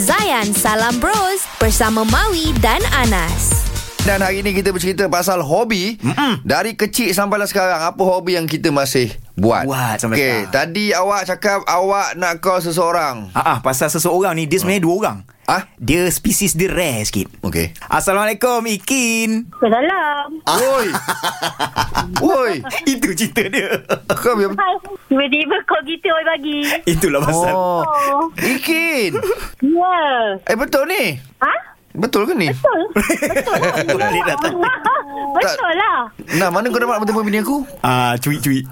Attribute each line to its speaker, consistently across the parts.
Speaker 1: Zayan Salam Bros bersama Maui dan Anas.
Speaker 2: Dan hari ni kita bercerita pasal hobi. Mm-mm. Dari kecil sampailah sekarang, apa hobi yang kita masih buat?
Speaker 3: Buat sampai
Speaker 2: Okey,
Speaker 3: sekarang.
Speaker 2: tadi awak cakap awak nak call seseorang.
Speaker 3: Ah, ah pasal seseorang ni dia sebenarnya dua orang.
Speaker 2: Ah?
Speaker 3: Dia spesies dia rare sikit.
Speaker 2: Okey.
Speaker 3: Assalamualaikum Ikin.
Speaker 4: Salam.
Speaker 3: Ah.
Speaker 2: Woi. Woi.
Speaker 3: Itu cerita dia.
Speaker 2: Kau biar
Speaker 4: Hai. Tiba-tiba kau kita oi pagi.
Speaker 3: Itulah pasal. Oh.
Speaker 2: Oh.
Speaker 4: Oh.
Speaker 2: Ikin.
Speaker 4: Ya. Yeah.
Speaker 2: Eh betul ni.
Speaker 4: Ha?
Speaker 2: Betul ke ni?
Speaker 4: Betul. Betul lah.
Speaker 3: Boleh dah tahu.
Speaker 4: Betul lah.
Speaker 2: Nah, mana kau dapat bertemu bini aku?
Speaker 3: Ah, cuit-cuit.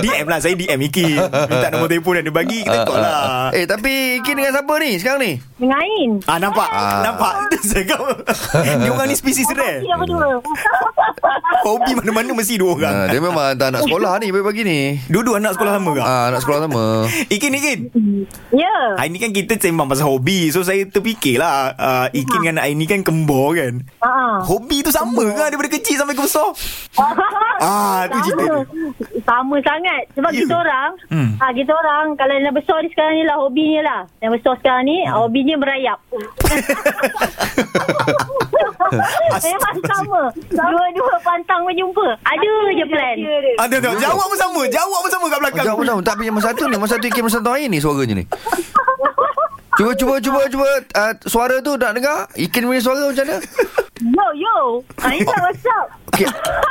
Speaker 3: DM lah saya DM Ikin. Minta nombor telefon yang dia bagi kita call lah.
Speaker 2: Eh, tapi Ikin dengan siapa ni sekarang ni?
Speaker 4: Mengain.
Speaker 3: Ah nampak
Speaker 2: Ah.
Speaker 3: ah. Nampak Saya kau Dia orang ni spesies rare
Speaker 4: Kita Ya, berdua.
Speaker 3: Hobi mana-mana mesti dua orang
Speaker 2: Nah, dia memang hantar anak sekolah ni pagi-pagi ni.
Speaker 3: Dua-dua anak sekolah sama kau
Speaker 2: Ah, anak sekolah sama.
Speaker 3: Ikin Ikin
Speaker 4: Ya.
Speaker 3: Hari ni kan kita sembang pasal hobi So saya terfikirlah uh, Ikin dengan Aini kan kembar kan
Speaker 4: Ha.
Speaker 3: Hobi tu sama ke daripada kecil sampai ke besar? Ah, tu cerita dia.
Speaker 4: Sama. Sama sangat Sebab
Speaker 3: You.
Speaker 4: kita orang
Speaker 3: Hmm.
Speaker 4: ah, Kita orang Kalau yang besar ni sekarang ni lah Hobinya lah Yang besar sekarang ni
Speaker 3: Hmm.
Speaker 4: Hobinya merayap Memang sama Dua-dua pantang berjumpa Ada je plan
Speaker 3: Ada tu. Ah, Jawab pun sama. Jawab pun sama kat belakang.
Speaker 2: Jangan pun tak punya masa satu ni. Masa satu Ikin masa satu air ni suaranya ni. Cuba cuba cuba cuba uh, suara tu nak dengar? Ikin punya suara macam mana?
Speaker 4: Yo yo Ain lah what's up
Speaker 2: Okey.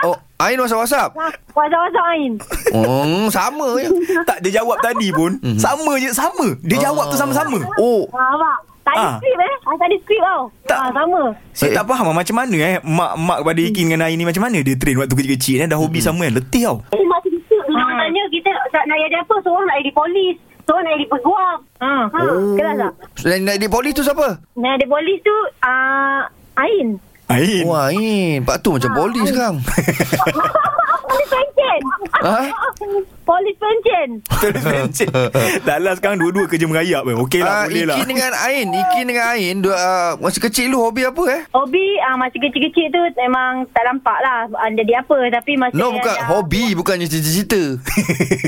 Speaker 2: Oh, Ain WhatsApp WhatsApp.
Speaker 4: Ah, What's up what's up Ain
Speaker 2: Hmm, sama je.
Speaker 3: Tak dia jawab tadi pun sama je sama. Dia jawab tu sama-sama.
Speaker 2: Mhm. Oh,
Speaker 4: Ah, Abang Tak ada
Speaker 3: Ah.
Speaker 4: skrip eh ah, Tak ada skrip tau
Speaker 3: Tak.
Speaker 4: ah, Sama
Speaker 3: Saya tak faham lah macam mana eh mak-mak kepada Ikin dengan Aini macam mana dia train waktu kecil-kecil eh dah
Speaker 2: Mhm.
Speaker 3: hobi sama kan. Letih tau.
Speaker 4: Jadi masa kita Dulu orang tanya Kita tak nak jadi apa Seorang nak jadi polis Seorang nak jadi peguam ah. ha.
Speaker 2: Oh.
Speaker 4: Kelas tak
Speaker 2: yang nak di polis tu siapa?
Speaker 4: Nak jadi polis tu ah, Ain
Speaker 3: Ain.
Speaker 2: Wah, Ain. Pak tu macam polis sekarang.
Speaker 4: Polis pencen
Speaker 2: Ha?
Speaker 4: Polis pencen
Speaker 3: Terus pencet. Tak lah sekarang dua-dua kerja merayap eh. Okey
Speaker 2: Ah,
Speaker 3: lah boleh lah.
Speaker 2: Ikin dengan Ain, Ikin dengan Ain, dua, uh, masa kecil lu hobi apa eh?
Speaker 4: Hobi ah, Masa kecil-kecil tu Memang tak nampak lah ah, Jadi apa Tapi masa
Speaker 2: No, bukan
Speaker 4: ah,
Speaker 2: hobi, bukannya cita-cita.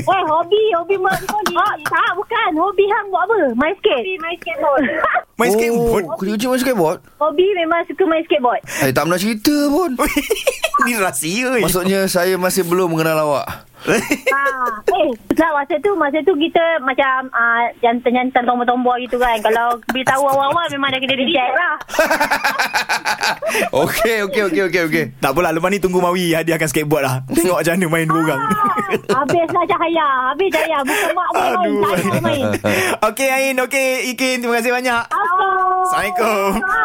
Speaker 4: Weh, hobi, hobi mak hobi. Oh, tak, bukan. Hobi hang buat apa? Main skate. Hobi main skateboard.
Speaker 3: Main skateboard.
Speaker 2: Oh, kecil-kecil main skateboard?
Speaker 4: hobi memang suka main skateboard.
Speaker 2: Eh, tak pernah cerita pun.
Speaker 3: Ni rahsia. eh.
Speaker 2: Maksudnya saya masih belum mengenal awak.
Speaker 4: ha. Eh, lah masa tu, masa tu kita macam uh, jantan-jantan tombol-tombol gitu kan. Kalau beritahu awal-awal memang dah kena reject lah.
Speaker 2: Okey, okey, okey, okey, okey.
Speaker 3: Tak apalah lepas ni tunggu Mawi hadiahkan skateboard lah. Tengok macam mana main dua orang.
Speaker 4: Habislah lah cahaya. Habis cahaya. Bukan mak boleh main.
Speaker 3: Aduh.
Speaker 4: Ah, Tak boleh main.
Speaker 3: Okey Ain, okey Ikin terima kasih banyak. Assalamualaikum.
Speaker 4: Bye.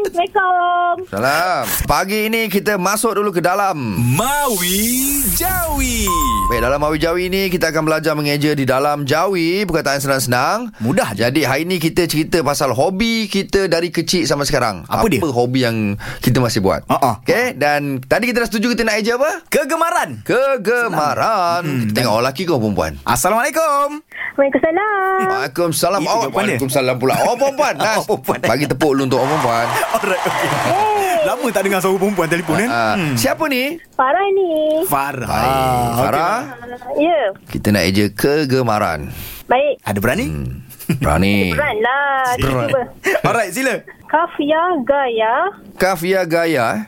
Speaker 4: Assalamualaikum.
Speaker 2: Salam. Pagi ini kita masuk dulu ke dalam.
Speaker 5: Maui Jawi.
Speaker 2: Baik, dalam Mawi Jawi ni kita akan belajar mengeja di dalam Jawi, perkataan senang-senang.
Speaker 3: Mudah je.
Speaker 2: Jadi hari ni kita cerita pasal hobi kita dari kecil sampai sekarang.
Speaker 3: Apa dia?
Speaker 2: Apa
Speaker 3: Ah,
Speaker 2: hobi yang kita masih buat?
Speaker 3: Ha-ha.
Speaker 2: Okey, dan tadi kita dah setuju kita nak eja apa?
Speaker 3: Kegemaran.
Speaker 2: Kegemaran.
Speaker 3: Hmm,
Speaker 2: Kita tengok orang lelaki ke orang perempuan?
Speaker 3: Assalamualaikum.
Speaker 4: Waalaikumsalam.
Speaker 2: Waalaikumsalam.
Speaker 3: Itu
Speaker 2: Awak
Speaker 3: jawapan dia.
Speaker 2: Waalaikumsalam pula. Orang perempuan. Nas.
Speaker 3: Orang perempuan.
Speaker 2: Bagi tepuk lu untuk orang perempuan.
Speaker 3: Alright. Okay. Lama tak dengar suara perempuan telefon kan?
Speaker 2: Oh. Ah, Siapa ni?
Speaker 4: Farah ni.
Speaker 3: Farah.
Speaker 2: Baik,
Speaker 3: Ah, Okey,
Speaker 2: Farah.
Speaker 4: Ya. Yeah.
Speaker 2: Kita nak eja kegemaran.
Speaker 4: Baik.
Speaker 3: Ada berani?
Speaker 2: Hmm. Berani.
Speaker 4: Run lah.
Speaker 2: Run.
Speaker 4: Cuba.
Speaker 3: Alright, sila.
Speaker 4: Kafiah Gaya.
Speaker 2: Kafia gaya. eh.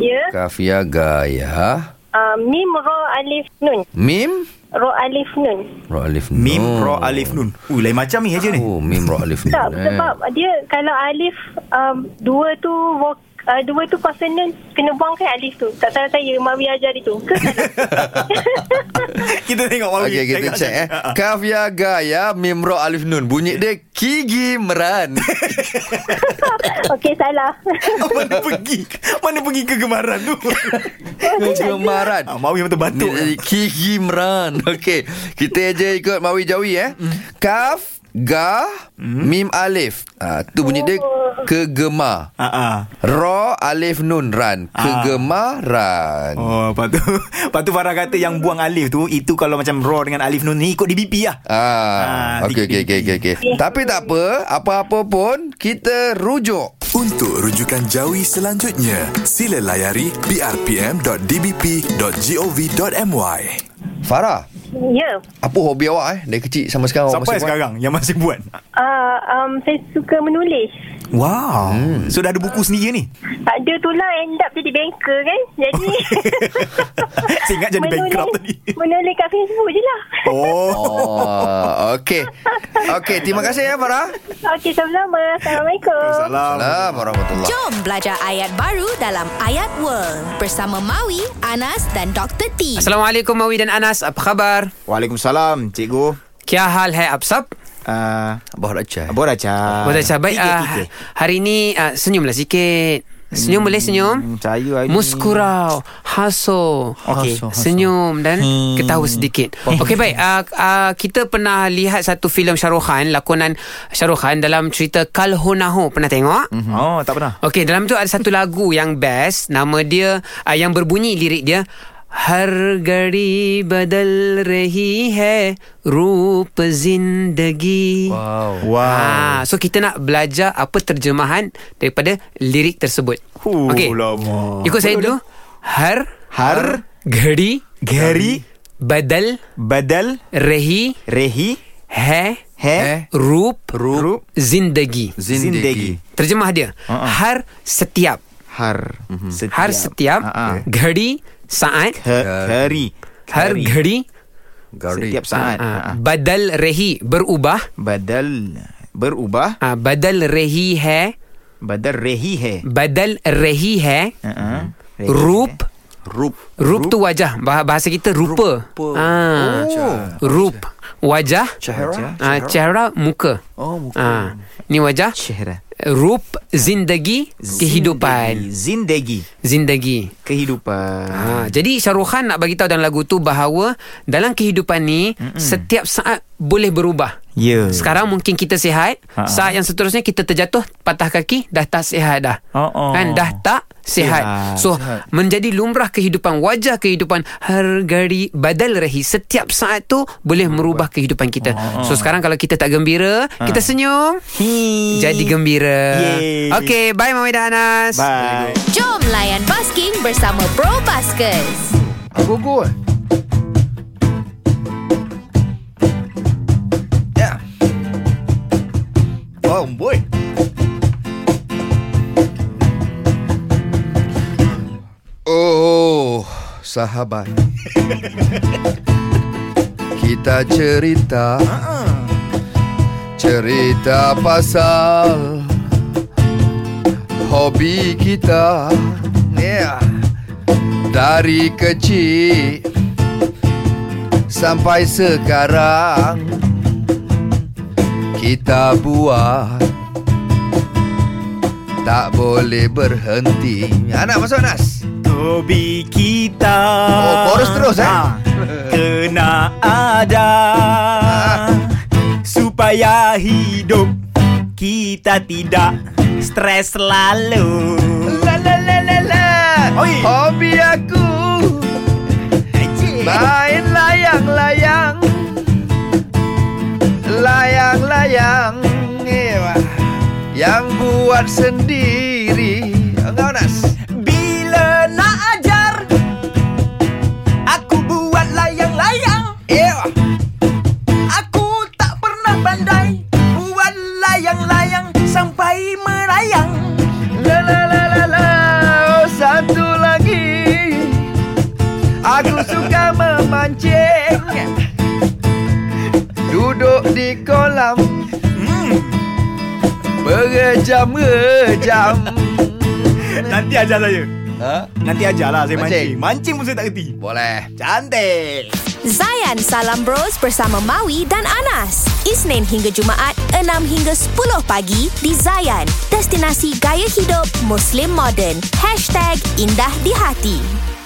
Speaker 4: Ya.
Speaker 2: Kafia gaya.
Speaker 4: Uh, mim Ra Alif Nun.
Speaker 2: Mim.
Speaker 4: Ra Alif Nun.
Speaker 2: Ro alif nun.
Speaker 3: Mim Ra Alif Nun. Ui, lain macam ni aja ni.
Speaker 2: Oh, mim ro alif nun.
Speaker 3: Eh.
Speaker 2: eh.
Speaker 4: Tak, sebab dia kalau Alif um, dua tu vok, uh, dua tu consonant kena buangkan Alif tu. Tak salah saya Mawi ajar itu. Ke salah?
Speaker 3: Kita tengok Mawi.
Speaker 2: Okey, kita
Speaker 3: Oh, ya, Tengok
Speaker 2: check eh.
Speaker 3: Ah, ah.
Speaker 2: Kafia gaya mim ro alif nun. Bunyi dia kigimeran.
Speaker 4: Okey salah.
Speaker 3: mana pergi? Mana pergi kegemaran tu?
Speaker 2: Kegemaran.
Speaker 3: ah, Mawi memang
Speaker 2: Ni
Speaker 3: terbatuk.
Speaker 2: jadi Kigimran Okey Kita je ikut Mawi Jawi eh
Speaker 3: Hmm.
Speaker 2: Kaf Ga Mim Alif ha, Tu bunyi dia
Speaker 4: Oh.
Speaker 2: Kegema
Speaker 3: Ah, ah.
Speaker 2: Ro Alif Nun Ran Kegemaran
Speaker 3: Oh, lepas tu, lepas tu Farah kata yang buang Alif tu, itu kalau macam Ra dengan Alif Nun ni ikut DBP lah.
Speaker 2: Ah,
Speaker 3: Ah,
Speaker 2: okey okey okey okey okey. Tapi tak apa, apa-apa pun kita rujuk.
Speaker 5: Untuk rujukan Jawi selanjutnya, sila layari brpm.dbp.gov.my.
Speaker 2: Farah,
Speaker 4: ya.
Speaker 2: apa hobi awak eh dari kecil sampai sekarang? awak
Speaker 3: Sampai
Speaker 2: masih buat?
Speaker 3: sekarang yang masih buat.
Speaker 4: Uh, uh, um, saya suka menulis.
Speaker 3: Wow hmm. So dah ada buku sendiri ni
Speaker 4: Ada tu lah end up jadi banker kan. Jadi
Speaker 3: Saya ingat jadi bankrupt tadi
Speaker 4: Menulis kat Facebook je lah.
Speaker 3: Oh
Speaker 2: Oh, okey. Okey, terima kasih ya Farah.
Speaker 4: Okey, sama-sama. Assalamualaikum.
Speaker 3: Salam
Speaker 2: Salam warahmatullahi.
Speaker 1: Jom belajar ayat baru dalam Ayat World bersama Maui, Anas dan Dr. T.
Speaker 6: Assalamualaikum Mawi dan Anas Apa khabar?
Speaker 3: Waalaikumsalam Cikgu
Speaker 6: Kya hal hai ab sab?
Speaker 3: uh,
Speaker 2: Abah Raja.
Speaker 3: Bora Cha
Speaker 6: Boleh uh, baik
Speaker 3: Tiga,
Speaker 6: uh,
Speaker 3: tiga.
Speaker 6: Hari ni uh, senyumlah sikit Senyum boleh senyum?
Speaker 3: saya Hmm, hari ni-
Speaker 6: Muskurau Haso
Speaker 3: Okey.
Speaker 6: Haso, haso. Senyum dan hmm. ketawa sedikit Okey baik uh, uh, Kita pernah lihat satu filem Shahrukh Khan Lakonan Shahrukh Khan dalam cerita Kal Ho Na Ho Pernah tengok?
Speaker 3: Oh tak pernah
Speaker 6: Okey, dalam tu ada satu lagu yang best. Nama dia uh, yang berbunyi lirik dia हर घड़ी बदल रही है रूप जिंदगी
Speaker 2: Wow.
Speaker 6: Wow. Ha, so kita nak belajar apa terjemahan daripada lirik tersebut.
Speaker 3: Huh,
Speaker 6: Okey.
Speaker 3: lama.
Speaker 6: Ikut saya dulu. Har
Speaker 3: Har
Speaker 6: घड़ी
Speaker 3: Gari
Speaker 6: बदल
Speaker 3: Badal
Speaker 6: रही
Speaker 3: Rehi
Speaker 6: है
Speaker 3: He
Speaker 6: रूप
Speaker 3: Rup Ha,
Speaker 6: जिंदगी.
Speaker 2: Zindagi.
Speaker 6: Terjemah dia. Uh-uh. Har setiap
Speaker 3: Har setiap.
Speaker 6: Hmm. Har setiap Ah,
Speaker 3: Ha-ha.
Speaker 6: Ghadi Saat
Speaker 3: Ke- Hari
Speaker 6: Har
Speaker 3: Hari.
Speaker 6: ghadi
Speaker 2: Gari.
Speaker 3: Setiap saat
Speaker 6: ah,
Speaker 3: Ha-ha.
Speaker 6: Badal rehi Berubah
Speaker 3: Badal Berubah
Speaker 6: ah, Badal rehi hai
Speaker 3: Badal rehi hai
Speaker 6: Badal rehi hai
Speaker 3: Ha-ha. Rehi
Speaker 6: Hmm. Rup
Speaker 2: Rup.
Speaker 6: Rup tu wajah Bah- Bahasa kita rupa ah, Rup Wajah
Speaker 2: Cahara.
Speaker 6: ah, Cahara Muka
Speaker 3: Oh, muka.
Speaker 6: ah, Ni wajah
Speaker 3: Syahra
Speaker 6: Rup Zindagi Kehidupan
Speaker 3: Zindagi
Speaker 6: Zindagi
Speaker 3: Kehidupan
Speaker 6: Ha, jadi Syahrukh Khan nak bagi tahu dalam lagu tu bahawa dalam kehidupan ni Mm-mm. setiap saat boleh berubah.
Speaker 3: Ya
Speaker 6: Sekarang mungkin kita sihat,
Speaker 3: Ha, ha.
Speaker 6: saat yang seterusnya kita terjatuh, patah kaki, dah tak sihat dah.
Speaker 3: Oh, oh.
Speaker 6: Kan dah tak sihat.
Speaker 3: Sihat,
Speaker 6: So menjadi lumrah kehidupan, wajah kehidupan, hargari badal rahi. Setiap saat tu boleh merubah kehidupan kita.
Speaker 3: Oh,
Speaker 6: So sekarang kalau kita tak gembira,
Speaker 3: Ha.
Speaker 6: kita senyum,
Speaker 3: Hi.
Speaker 6: jadi gembira.
Speaker 3: Yeay.
Speaker 6: Okay, bye Mami dan Anas.
Speaker 3: Bye
Speaker 1: Jom layan basking bersama Pro Baskers.
Speaker 2: Agogo eh. Yeah. Oh boy. Oh, sahabat. Kita cerita Cerita pasal Hobi kita Yeah dari kecil sampai sekarang kita buat tak boleh berhenti. Anak masuk Anas.
Speaker 3: Hobi kita
Speaker 2: Oh, chorus terus, eh?
Speaker 3: Ah, Kena ada Supaya hidup Kita tidak Stres selalu
Speaker 2: La la la la la.
Speaker 3: Oi.
Speaker 2: Hobi aku main layang-layang. Layang-layang. Eh, wah. Yang buat sendiri. Engkau Anas.
Speaker 3: Bila nak ajar Aku buat layang-layang
Speaker 2: Eh. wah.
Speaker 3: Aku tak pernah pandai Buat layang-layang Sampai merayang
Speaker 2: La la la la la oh, Satu lagi Aku suka memancing Duduk di kolam Hmm. Berjam-rejam
Speaker 3: Nanti ajar saya
Speaker 2: ha?
Speaker 3: Nanti ajarlah saya
Speaker 2: Mancing.
Speaker 3: mancing. Mancing pun saya tak kerti.
Speaker 2: Boleh
Speaker 3: Cantik.
Speaker 1: Zayan Salam Bros bersama Maui dan Anas. Isnin hingga Jumaat 6 hingga 10 pagi di Zayan. Destinasi gaya hidup Muslim Modern. Hashtag Indah di Hati.